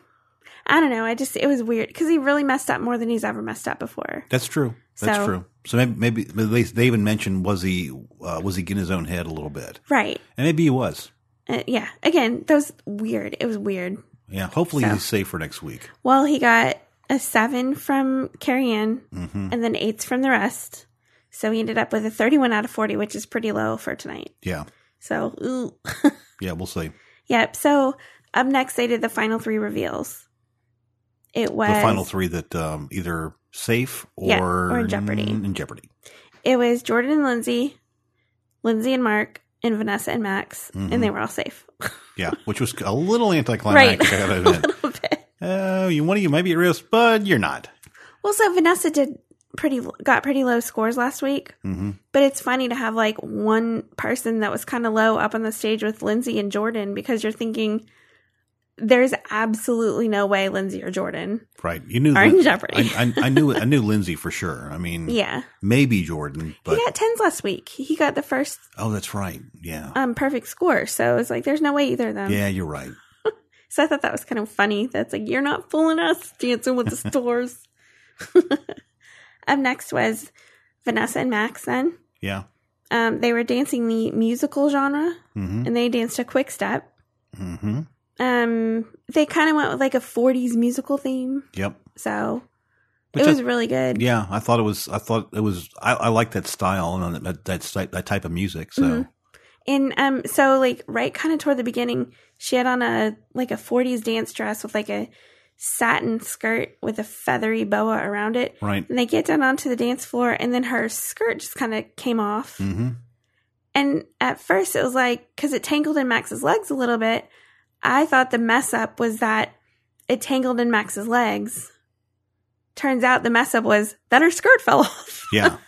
S2: I don't know. I just it was weird because he really messed up more than he's ever messed up before.
S1: that's true. That's
S2: So-
S1: true. So maybe, maybe they, they even mentioned was he uh, was he getting his own head a little bit,
S2: Right.
S1: and maybe he was.
S2: Uh, yeah. Again, those weird. It was weird.
S1: Yeah. Hopefully
S2: So-
S1: he's safe for next week.
S2: Well, he got a seven from Carrie Ann
S1: hmm
S2: and then eights from the rest. So he ended up with a 31 out of 40, which is pretty low for tonight.
S1: Yeah.
S2: So, ooh.
S1: Yeah. We'll see.
S2: yep. So up next, they did the final three reveals. It was
S1: the final three that um, either safe or,
S2: Yeah, or in Jeopardy.
S1: In Jeopardy.
S2: It was Jordan and Lindsay, Lindsay and Mark, and Vanessa and Max,
S1: Mhm.
S2: and they were all safe. (laughs)
S1: Yeah, which was a little anticlimactic. I gotta
S2: a (laughs)
S1: admit.
S2: little bit.
S1: Oh, you one of you might be at risk, but you're not.
S2: Well, so Vanessa did pretty got pretty low scores last week.
S1: hmm
S2: But it's funny to have like one person that was kind of low up on the stage with Lindsay and Jordan because you're thinking there's absolutely no way Lindsay or Jordan
S1: Right. You knew.
S2: are
S1: Lin-
S2: in jeopardy.
S1: Mm-hmm. I, I, I knew. I knew Lindsay for sure. I mean,
S2: yeah.
S1: maybe Jordan, but
S2: he got tens last week. He got the first
S1: oh, that's right. Yeah.
S2: um perfect score. So it's like there's no way either of them.
S1: yeah, you're right.
S2: So I thought that was kind of funny. That's like you're not fooling us, dancing with
S1: (laughs)
S2: the stars. (laughs) up next was Vanessa and Max then.
S1: Yeah.
S2: Um, they were dancing the musical genre
S1: Mm-hmm.
S2: and they danced a quick step.
S1: Mm-hmm.
S2: um they kind of went with like a 40s musical theme
S1: Yep.
S2: so
S1: Which
S2: it was
S1: I,
S2: really good
S1: yeah, I thought it was. I thought it was. I, I like that style and that that, type- that type of music. So
S2: Mhm. and um so like right kind of toward the beginning she had on a like a 40s dance dress with like a satin skirt with a feathery boa around it (laughs)
S1: right.
S2: and they get down onto the dance floor and then her skirt just kind of came off
S1: Mm-hmm.
S2: and at first it was like because it tangled in max's legs a little bit i thought the mess up was that it tangled in max's legs turns out the mess up was that her skirt (laughs) fell off
S1: Yeah.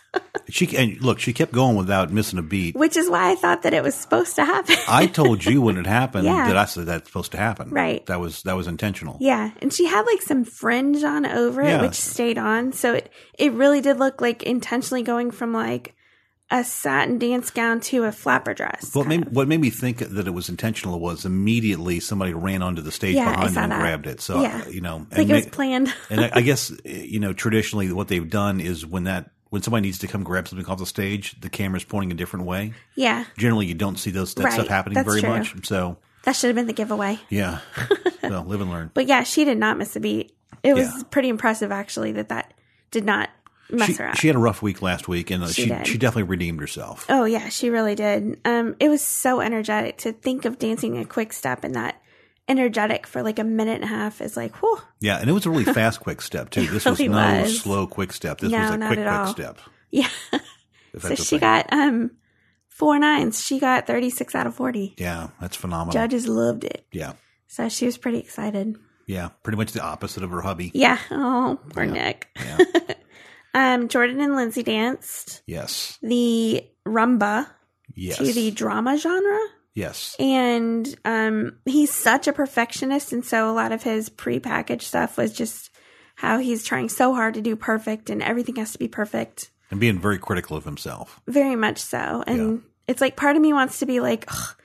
S1: she and look, she kept going without missing a beat.
S2: which is why I thought that it was supposed
S1: (laughs)
S2: to happen. (laughs)
S1: I told you when it happened
S2: Yeah.
S1: that I said that's supposed to happen.
S2: Right.
S1: That was that was intentional.
S2: yeah, and she had like some fringe on over
S1: Yeah.
S2: it, which stayed on, so it it really did look like intentionally going from like a satin dance gown to a flapper dress.
S1: What
S2: kind
S1: made,
S2: of.
S1: what made me think that it was intentional was immediately somebody ran onto the stage
S2: Yeah, I
S1: behind
S2: saw
S1: them and
S2: that.
S1: grabbed it. So,
S2: Yeah.
S1: you know,
S2: Like
S1: and
S2: it was
S1: ma-
S2: planned. (laughs)
S1: and I, I guess eh, you know traditionally what they've done is when that when somebody needs to come grab something off the stage, the camera's pointing a different way.
S2: yeah,
S1: Generally, you don't see those that stuff
S2: Right.
S1: happening
S2: That's
S1: very
S2: true.
S1: much. So
S2: that should have been the giveaway. (laughs)
S1: yeah, so live and learn.
S2: But yeah, she did not miss a beat. It was
S1: Yeah.
S2: pretty impressive actually that that did not mess
S1: She,
S2: her up.
S1: she had a rough week last week, and uh,
S2: She
S1: she
S2: did.
S1: she definitely redeemed herself.
S2: Oh yeah, she really did. Um, it was so energetic to think of dancing a quick step and that energetic for like a minute and a half is like, whew.
S1: Yeah, and it was a really fast quick step
S2: (laughs)
S1: too. This was
S2: really
S1: no
S2: was.
S1: slow quick step. This
S2: No,
S1: was a
S2: not
S1: quick
S2: at
S1: quick
S2: all.
S1: step.
S2: (laughs) Yeah.
S1: if
S2: so
S1: that's a
S2: she
S1: thing.
S2: got um four nines. She got thirty six out of forty.
S1: yeah, that's phenomenal.
S2: Judges loved it.
S1: Yeah,
S2: So she was pretty excited.
S1: yeah, pretty much the opposite of her hubby.
S2: Yeah. (laughs) Oh, poor
S1: Yeah.
S2: Nick.
S1: Yeah.
S2: (laughs) Um, Jordan and Lindsay danced
S1: yes,
S2: the rumba
S1: yes,
S2: to the drama genre.
S1: yes,
S2: and um, he's such a perfectionist, and so a lot of his prepackaged stuff was just how he's trying so hard to do perfect, and everything has to be perfect.
S1: and being very critical of himself.
S2: Very much so, and it's like part of me wants to be like, "Ugh,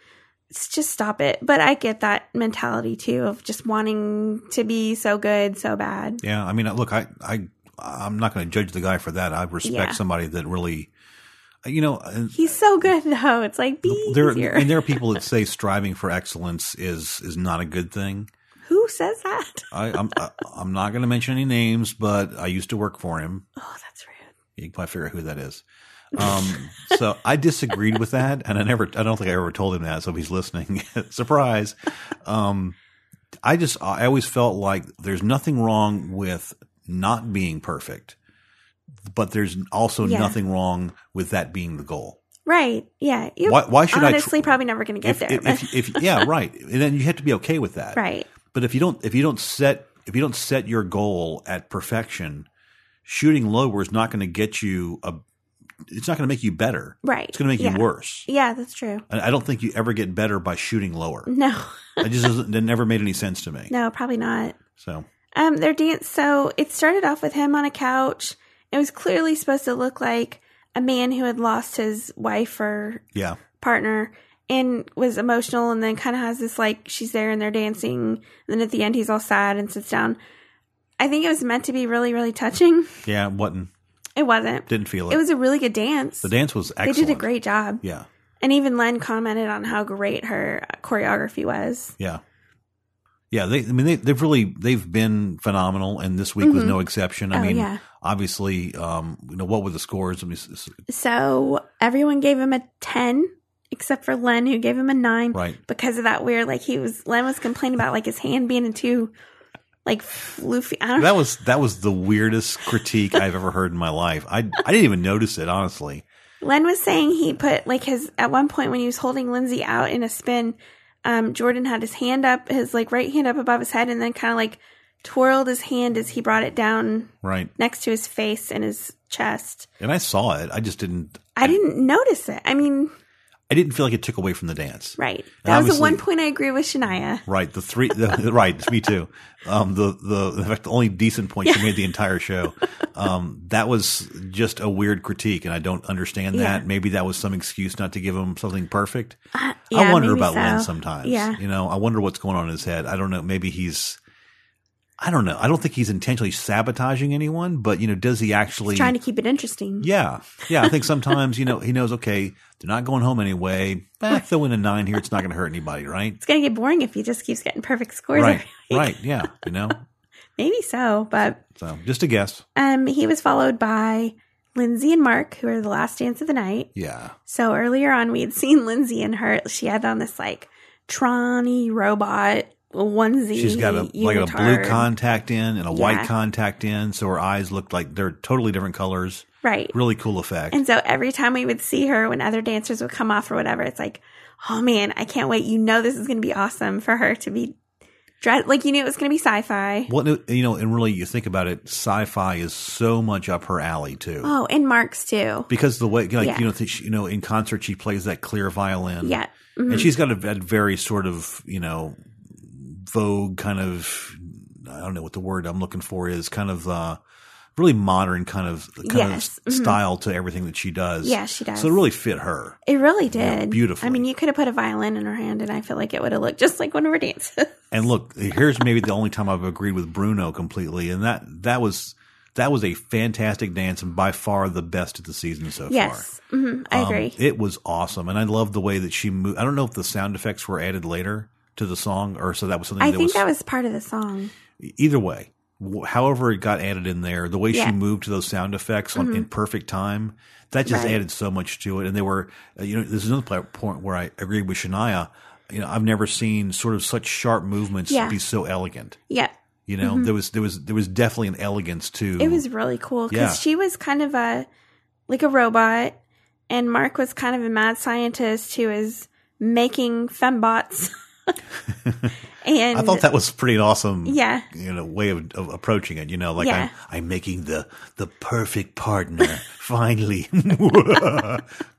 S2: s- just stop it. But I get that mentality too of just wanting to be so good, so bad.
S1: Yeah, I mean, uh, look, I, I, I'm not going to judge the guy for that. I respect
S2: Yeah.
S1: somebody that really, uh, you know, and
S2: He's so good (laughs) though. It's like be
S1: there
S2: easier.
S1: and there are people
S2: (laughs)
S1: that say striving for excellence is is not a good thing.
S2: Who says that? (laughs)
S1: I, I'm, I, I'm not going to mention any names, but I used to work for him.
S2: Oh, that's rude.
S1: You can probably figure out who that is.
S2: (laughs)
S1: Um, so I disagreed with that, and I never, I don't think I ever told him that. So if he's listening, (laughs) surprise. Um, I just, I always felt like there's nothing wrong with not being perfect, but there's also
S2: Yeah.
S1: nothing wrong with that being the goal.
S2: Right. Yeah. You
S1: Why, why should
S2: honestly
S1: I? tr-
S2: probably never going to get
S1: if,
S2: there.
S1: if,
S2: but-
S1: if, if- yeah, right. And then you have to be okay with that.
S2: (laughs) right.
S1: But if you don't, if you don't set, if you don't set your goal at perfection, shooting lower is not going to get you a. It's not going to make you better.
S2: Right.
S1: It's going to make
S2: Yeah.
S1: you worse.
S2: Yeah, that's true.
S1: And I don't think you ever get better by shooting lower.
S2: No,
S1: It just doesn't, it never made any sense to me.
S2: no, probably not.
S1: So
S2: Um, their dance. So it started off with him on a couch. It was clearly supposed to look like a man who had lost his wife or
S1: yeah,
S2: partner and was emotional and then kind of has this like she's there and they're dancing and then at the end he's all sad and sits down i think it was meant to be really really touching (laughs)
S1: yeah, it wasn't
S2: it wasn't
S1: didn't feel it.
S2: it was a really good dance
S1: the dance was
S2: they
S1: excellent.
S2: did a great job
S1: Yeah,
S2: and even len commented on how great her choreography was
S1: yeah, yeah. They, I mean, they, they've really they've been phenomenal, and this week was
S2: Mhm.
S1: no exception. I
S2: oh
S1: mean,
S2: yeah
S1: obviously, um, you know, what were the scores? I mean, s- s-
S2: so everyone gave him a 10 except for len who gave him a 9
S1: right?
S2: because of that weird like he was len was complaining about like his hand being a 2 like floofy i don't know
S1: That was that was the weirdest critique I've ever heard in my life. I I didn't even notice it honestly.
S2: Len was saying he put like his at one point when he was holding Lindsay out in a spin, um, Jordan had his hand up, his like right hand up above his head, and then kind of like twirled his hand as he brought it down
S1: Right,
S2: next to his face and his chest.
S1: and I saw it. I just didn't.
S2: I didn't notice it. I mean,
S1: I didn't feel like it took away from the dance.
S2: right.
S1: And
S2: That was the
S1: obviously-
S2: one point I agree with Shania.
S1: Right, the three. The, (laughs) right, me too. Um, the the in fact, the only decent point she made the entire show. Um, that was just a weird critique, and I don't understand that.
S2: Yeah.
S1: Maybe that was some excuse not to give him something perfect.
S2: Uh,
S1: I
S2: yeah,
S1: wonder
S2: maybe
S1: about
S2: so.
S1: Lynn sometimes.
S2: Yeah.
S1: You know, I wonder what's going on in his head. I don't know. Maybe he's. I don't know. I don't think he's intentionally sabotaging anyone, but you know, does he actually?
S2: Trying to keep it interesting.
S1: Yeah, yeah. I think sometimes you know he knows. Okay, they're not going home anyway. Eh, throw in a nine here; it's not going to hurt anybody, right?
S2: It's gonna get boring if he just keeps getting perfect scores.
S1: Right,
S2: (laughs) every-
S1: right. Yeah, you know.
S2: Maybe so, but
S1: So just a guess.
S2: um, he was followed by Lindsay and Mark, who are the last dance of the night.
S1: Yeah,
S2: So earlier on, we had (laughs) seen Lindsay and her. She had on this like Tronny robot onesie.
S1: she's got a like a blue
S2: unitard.
S1: contact in and a white
S2: Yeah.
S1: contact in, so her eyes look like they're totally different colors.
S2: right.
S1: Really cool effect.
S2: And so every time we would see her, when other dancers would come off or whatever, it's like, oh man, I can't wait. You know, this is going to be awesome for her to be dressed. Like you knew it was going to be sci-fi.
S1: Well, you know, and really, you think about it, sci-fi is so much up her alley too,
S2: Oh, and Mark's too.
S1: because the way, like
S2: Yeah.
S1: you know, th- she, you know, in concert she plays that clear violin.
S2: Yeah. Mhm.
S1: and she's got a, a very sort of you know vogue kind of I don't know what the word I'm looking for is kind of uh, really modern kind of kind
S2: Yes,
S1: of
S2: mhm.
S1: style to everything that she does.
S2: yeah, she does.
S1: so it really fit her.
S2: it really did.
S1: beautifully.
S2: I mean, you could have put a violin in her hand, and I feel like it would have looked just like one of her (laughs) dances.
S1: And look, here's maybe the only time I've agreed with Bruno completely, and that that was that was a fantastic dance and by far the best of the season so far.
S2: yes, hmm I
S1: Um,
S2: agree.
S1: it was awesome, and I love the way that she moved. I don't know if the sound effects were added later to the song, or so that was something
S2: I
S1: that
S2: think
S1: was e-,
S2: that was part of the song.
S1: either way wh- however it got added in there the way she
S2: Yeah. Mm-hmm.
S1: moved to those sound effects on, in perfect time that just
S2: Right.
S1: added so much to it and they were uh, you know there's another pla- point where i agree with shania you know i've never seen sort of such sharp movements
S2: Yeah.
S1: be so elegant
S2: Yeah,
S1: you know there was there was there was definitely an elegance to
S2: Mm-hmm. it was really cool because
S1: Yeah.
S2: she was kind of a like a robot, and Mark was kind of a mad scientist who is
S1: (laughs)
S2: making fembots. (laughs) and
S1: i thought that was pretty awesome
S2: yeah,
S1: you know way of, of approaching it you know like
S2: Yeah.
S1: I'm, I'm making the the perfect partner (laughs) finally (laughs)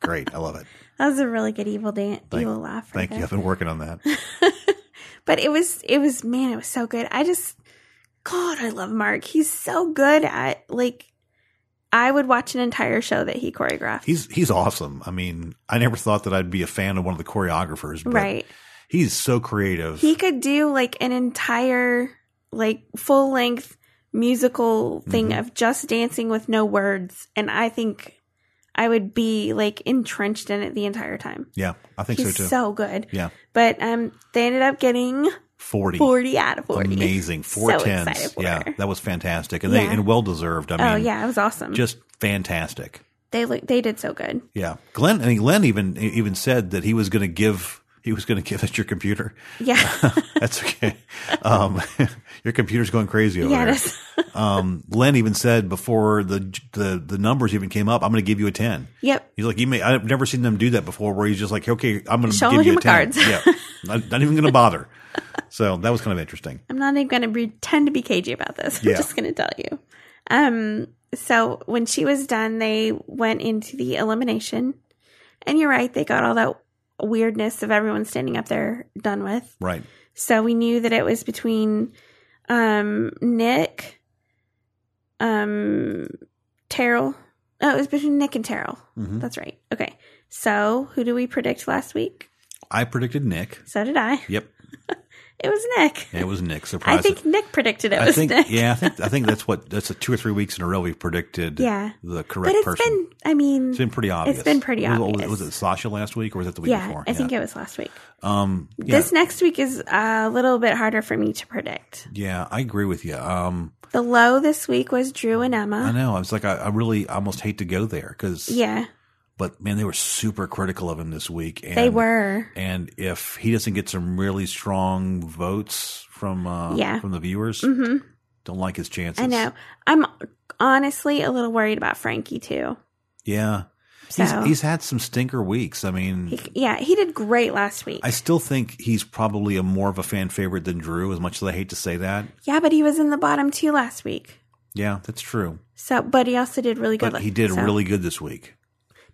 S1: great i love it
S2: that was a really good evil dance,
S1: Thank-
S2: evil laugh. right
S1: thank you
S2: there.
S1: i've been working on that
S2: (laughs) But it was, it was, man, it was so good. I just, God, I love Mark. He's so good at like I would watch an entire show that he choreographed.
S1: He's he's awesome. I mean, I never thought that I'd be a fan of one of the choreographers, but
S2: right.
S1: he's so creative.
S2: He could do like an entire like full length musical thing
S1: Mm-hmm.
S2: of just dancing with no words and I think I would be like entrenched in it the entire time.
S1: yeah, I think so
S2: He's
S1: too.
S2: so, good.
S1: yeah,
S2: But um they ended up getting
S1: 40.
S2: 40 out of 40.
S1: Amazing.
S2: (laughs) So
S1: Four
S2: excited
S1: tens.
S2: for
S1: yeah,
S2: her.
S1: that was fantastic. And they
S2: Yeah.
S1: and well deserved. I mean,
S2: oh yeah, it was awesome.
S1: just fantastic.
S2: they look they did so good. (laughs)
S1: Yeah. Glenn and Glenn even e, even said that he was going to give he was going to (laughs) give us your computer. (laughs)
S2: Yeah.
S1: That's okay. um, (laughs) your computer's going crazy over
S2: yeah, it
S1: there.
S2: is. (laughs)
S1: um, Len even said before the the the numbers even came up, I'm going to give you a ten.
S2: Yep.
S1: He's like, you may I've never seen them do that before, where he's just like, okay, I'm going to
S2: Show
S1: give you
S2: him
S1: a
S2: the
S1: ten.
S2: cards. (laughs)
S1: Yeah, not, not even going to bother. So that was kind of interesting.
S2: I'm not even going to pretend to be cagey about this. (laughs)
S1: Yeah.
S2: I'm just going to tell you. Um, so when she was done, they went into the elimination. And you're right, they got all that weirdness of everyone standing up there done with.
S1: Right.
S2: So we knew that it was between um, Nick, um, Terrell. Oh, it was between Nick and Terrell.
S1: hmm
S2: That's right. Okay. So who do we predict last week?
S1: I predicted Nick.
S2: So did I.
S1: Yep,
S2: It was Nick.
S1: it was Nick. Surprise.
S2: I think Nick predicted it
S1: I
S2: was
S1: think-
S2: Nick.
S1: yeah, I think I
S2: (laughs)
S1: think that's what that's a two or three weeks in a row we predicted.
S2: Yeah.
S1: the
S2: but
S1: correct
S2: it's
S1: person.
S2: been i mean
S1: it's been pretty obvious.
S2: been pretty
S1: was, was-
S2: obvious.
S1: Was, it Sasha last week or was it the week
S2: yeah
S1: before?
S2: i think it was last week
S1: Um, yeah,
S2: this next week is a little bit harder for me to predict
S1: yeah, I agree with you. Um,
S2: the low this week was drew and
S1: I
S2: emma
S1: know. I was like, I, I really almost hate to go there because,
S2: yeah
S1: but man, they were super critical of him this week. And,
S2: they were
S1: And if he doesn't get some really strong votes from uh,
S2: Yeah.
S1: from the viewers,
S2: hmm
S1: don't like his chances.
S2: i know i'm honestly a little worried about frankie too
S1: Yeah,
S2: so
S1: he's he's had some stinker weeks. I mean,
S2: he, yeah he did great last week
S1: I still think he's probably a more of a fan favorite than Drew. As much as I hate to say that,
S2: yeah but he was in the bottom two last week
S1: yeah, that's true.
S2: so but he also did really good
S1: But
S2: la-
S1: he did
S2: so-
S1: really good this week.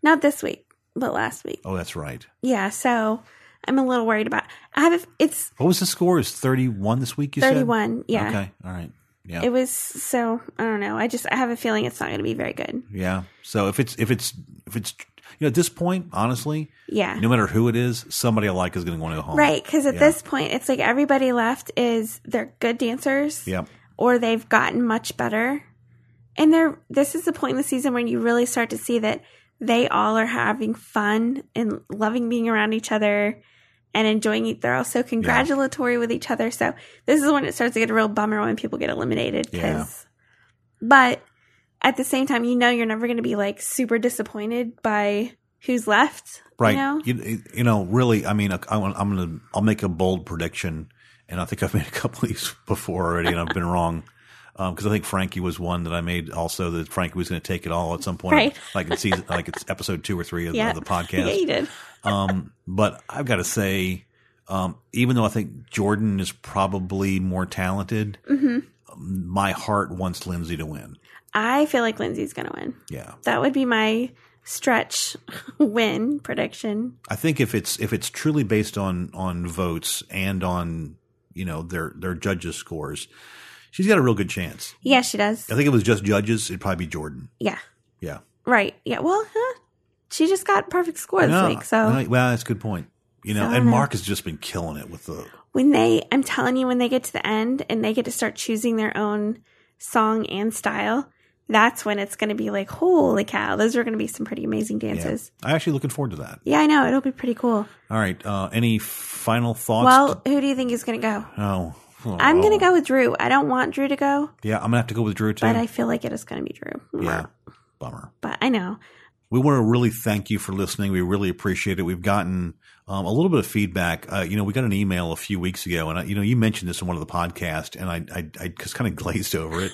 S2: not this week but last week
S1: Oh, that's right.
S2: yeah so i'm a little worried about i have it's
S1: What was the score? Is thirty one this week? You said
S2: 31 yeah
S1: Okay, all right. Yeah,
S2: it was so i don't know i just i have a feeling it's not going to be very good
S1: yeah. So if it's if it's if it's you know at this point, honestly,
S2: yeah
S1: no matter who it is, somebody I like is going to want to go home.
S2: right because at
S1: Yeah.
S2: this point it's like everybody left is they're good dancers
S1: Yeah.
S2: or they've gotten much better and they're this is the point in the season when you really start to see that they all are having fun and loving being around each other and enjoying it they're also congratulatory with each other so this is when it starts to get a real bummer when people get eliminated 'cause-
S1: Yeah.
S2: but at the same time you know you're never going to be like super disappointed by who's left
S1: Right.
S2: you know
S1: You, you know, really, I mean, I, I'm going to, I'll make a bold prediction. And I think I've made a (laughs) couple of these before already, and I've been wrong. Because I think Frankie was one that I made also that Frankie was going to take it all at some point,
S2: Right.
S1: like in season, like it's episode two or three of, the-
S2: (laughs) Yeah.
S1: of the podcast.
S2: yeah you did
S1: Um, but I've got to say, um, even though I think Jordan is probably more talented,
S2: Mm-hmm.
S1: my heart wants Lindsay to win.
S2: i feel like lindsay's going to win
S1: Yeah,
S2: that would be my stretch (laughs) win prediction
S1: I think if it's if it's truly based on on votes and on you know their their judges' scores, she's got a real good chance.
S2: yeah she does
S1: I think if it was just judges, it'd probably be Jordan.
S2: yeah
S1: Yeah,
S2: right yeah well huh? she just got perfect score this
S1: No,
S2: week so
S1: no, well, that's a good point. You know,
S2: So I
S1: and
S2: don't know.
S1: Mark has just been killing it with the
S2: when they i'm telling you when they get to the end and they get to start choosing their own song and style that's when it's going to be like holy cow those are going to be some pretty amazing
S1: yeah.
S2: dances
S1: I'm actually looking forward to that.
S2: yeah, i know it'll be pretty cool
S1: All right, uh, any final thoughts?
S2: well who do you think is going to go
S1: oh,
S2: i'm going
S1: Oh.
S2: to go with drew i don't want drew to go
S1: Yeah, I'm gonna have to go with Drew too.
S2: but i feel like it is going to be drew
S1: yeah, bummer.
S2: but i know
S1: We want to really thank you for listening. We really appreciate it. We've gotten um, a little bit of feedback. Uh, you know, we got an email a few weeks ago, and I, you know, you mentioned this in one of the podcasts, and I, I, I just kind of (laughs) glazed over
S2: (laughs)
S1: it.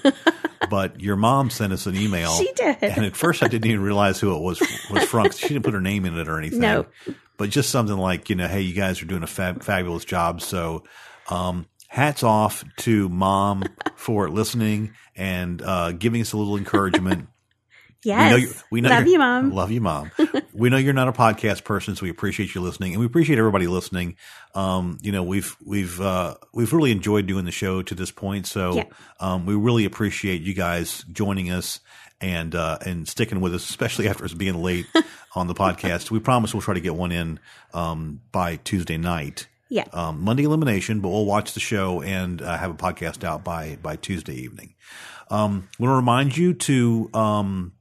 S1: but your mom sent us an email.
S2: she did (laughs)
S1: And at first, I didn't even realize who it was was from. 'cause She didn't put her name in it or anything.
S2: Nope.
S1: But just something like, you know, hey, you guys are doing a fab- fabulous job. So, um, hats off to mom for listening and uh, giving us a little encouragement. We know
S2: Yes.
S1: you, we know
S2: Love
S1: you're-
S2: you, Mom.
S1: Love you, mom. (laughs) we know you're not a podcast person, so we appreciate you listening, and we appreciate everybody listening. Um, you know, we've we've uh, we've really enjoyed doing the show to this point, so
S2: Yeah.
S1: um, we really appreciate you guys joining us and uh, and sticking with us, especially after us being late (laughs) on the podcast. We promise we'll try to get one in um, by Tuesday night.
S2: Yeah.
S1: Um, Monday elimination, but we'll watch the show and uh, have a podcast out by by Tuesday evening. Um, I want to remind you to um,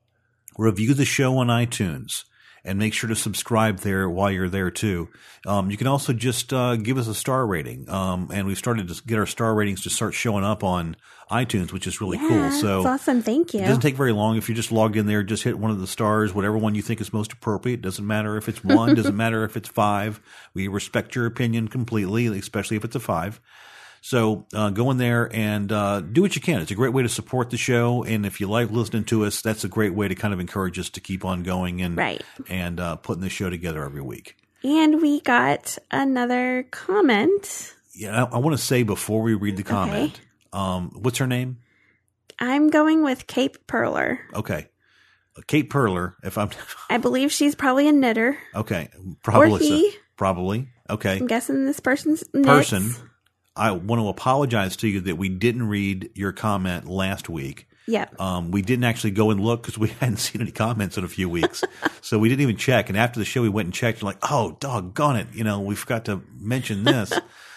S1: review the show on iTunes and make sure to subscribe there while you're there too. Um, you can also just uh, give us a star rating, um, and we've started to get our star ratings to start showing up on iTunes, which is really cool.
S2: Yeah,
S1: So
S2: it's awesome. Thank you.
S1: it doesn't take very long. If you're just logged in there, just hit one of the stars, whatever one you think is most appropriate. Doesn't matter if it's
S2: (laughs)
S1: one, doesn't matter if it's five. We respect your opinion completely, especially if it's a five. So uh, go in there and uh, do what you can. It's a great way to support the show, and if you like listening to us, that's a great way to kind of encourage us to keep on going and
S2: Right.
S1: and uh, putting the show together every week.
S2: And we got another comment.
S1: Yeah, I, I want to say before we read the comment, um, what's her name?
S2: I'm going with Cape Perler.
S1: Okay, Kate Perler. If I'm (laughs)
S2: I believe she's probably a knitter.
S1: okay, probably
S2: he.
S1: probably okay.
S2: I'm guessing this person's knits.
S1: person, I want to apologize to you that we didn't read your comment last week.
S2: Yep.
S1: Um, we didn't actually go and look because we (laughs) hadn't seen any comments in a few
S2: (laughs)
S1: weeks, so we didn't even check. And after the show, we went and checked. Like, oh, doggone it! You know, we forgot to mention
S2: (laughs)
S1: this,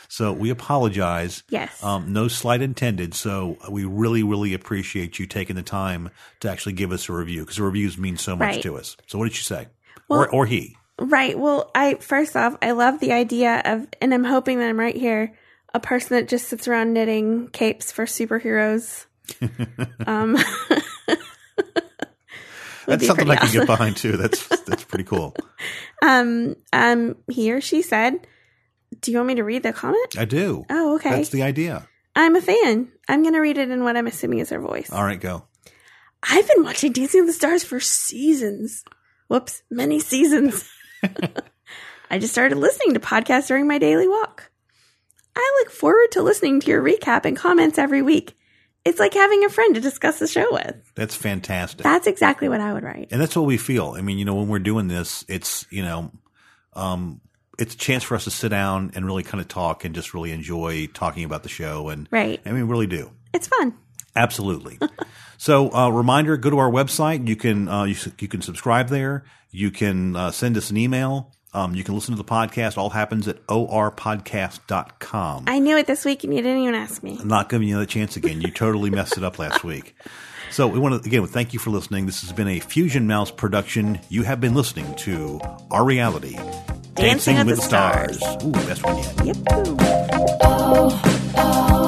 S1: so we apologize.
S2: Yes.
S1: Um, no slight intended. So we really, really appreciate you taking the time to actually give us a review because reviews mean so much
S2: Right.
S1: to us. So what did she say?
S2: Well-
S1: or, or he?
S2: Right. Well, I first off, I love the idea of, and I'm hoping that I'm right here, a person that just sits around knitting capes
S1: (laughs)
S2: for superheroes. um, (laughs)
S1: That's
S2: be
S1: something I
S2: pretty
S1: can get behind too.
S2: (laughs)
S1: That's that's pretty cool.
S2: um, um, he or she said, "Do you want me to read the comment?"
S1: I do.
S2: Oh, okay.
S1: That's the idea.
S2: I'm a fan. I'm going to read it in what I'm assuming is her voice.
S1: All right, go.
S2: I've been watching Dancing with the Stars for seasons. Whoops, many seasons. (laughs) I just started listening to podcasts during my daily walk. I look forward to listening to your recap and comments every week. It's like having a friend to discuss the show with.
S1: That's fantastic.
S2: That's exactly what I would write.
S1: and that's what we feel. I mean, you know, when we're doing this, it's, you know, um, it's a chance for us to sit down and really kind of talk and just really enjoy talking about the show. And
S2: Right.
S1: I mean, really do.
S2: It's fun.
S1: Absolutely. (laughs) so, uh, reminder: go to our website. You can uh, you, s- you can subscribe there. You can uh, send us an email. Um, you can listen to the podcast. All happens at orpodcast.com.
S2: I knew it this week and you didn't even ask me.
S1: I'm not giving you another chance again. You totally messed it up last week. So we want to again thank you for listening. This has been a Fusion Mouse production. You have been listening to Our Reality, Dancing,
S2: with
S1: with
S2: the
S1: Stars. Ooh, best one yet.
S2: Yep.
S3: Oh, oh.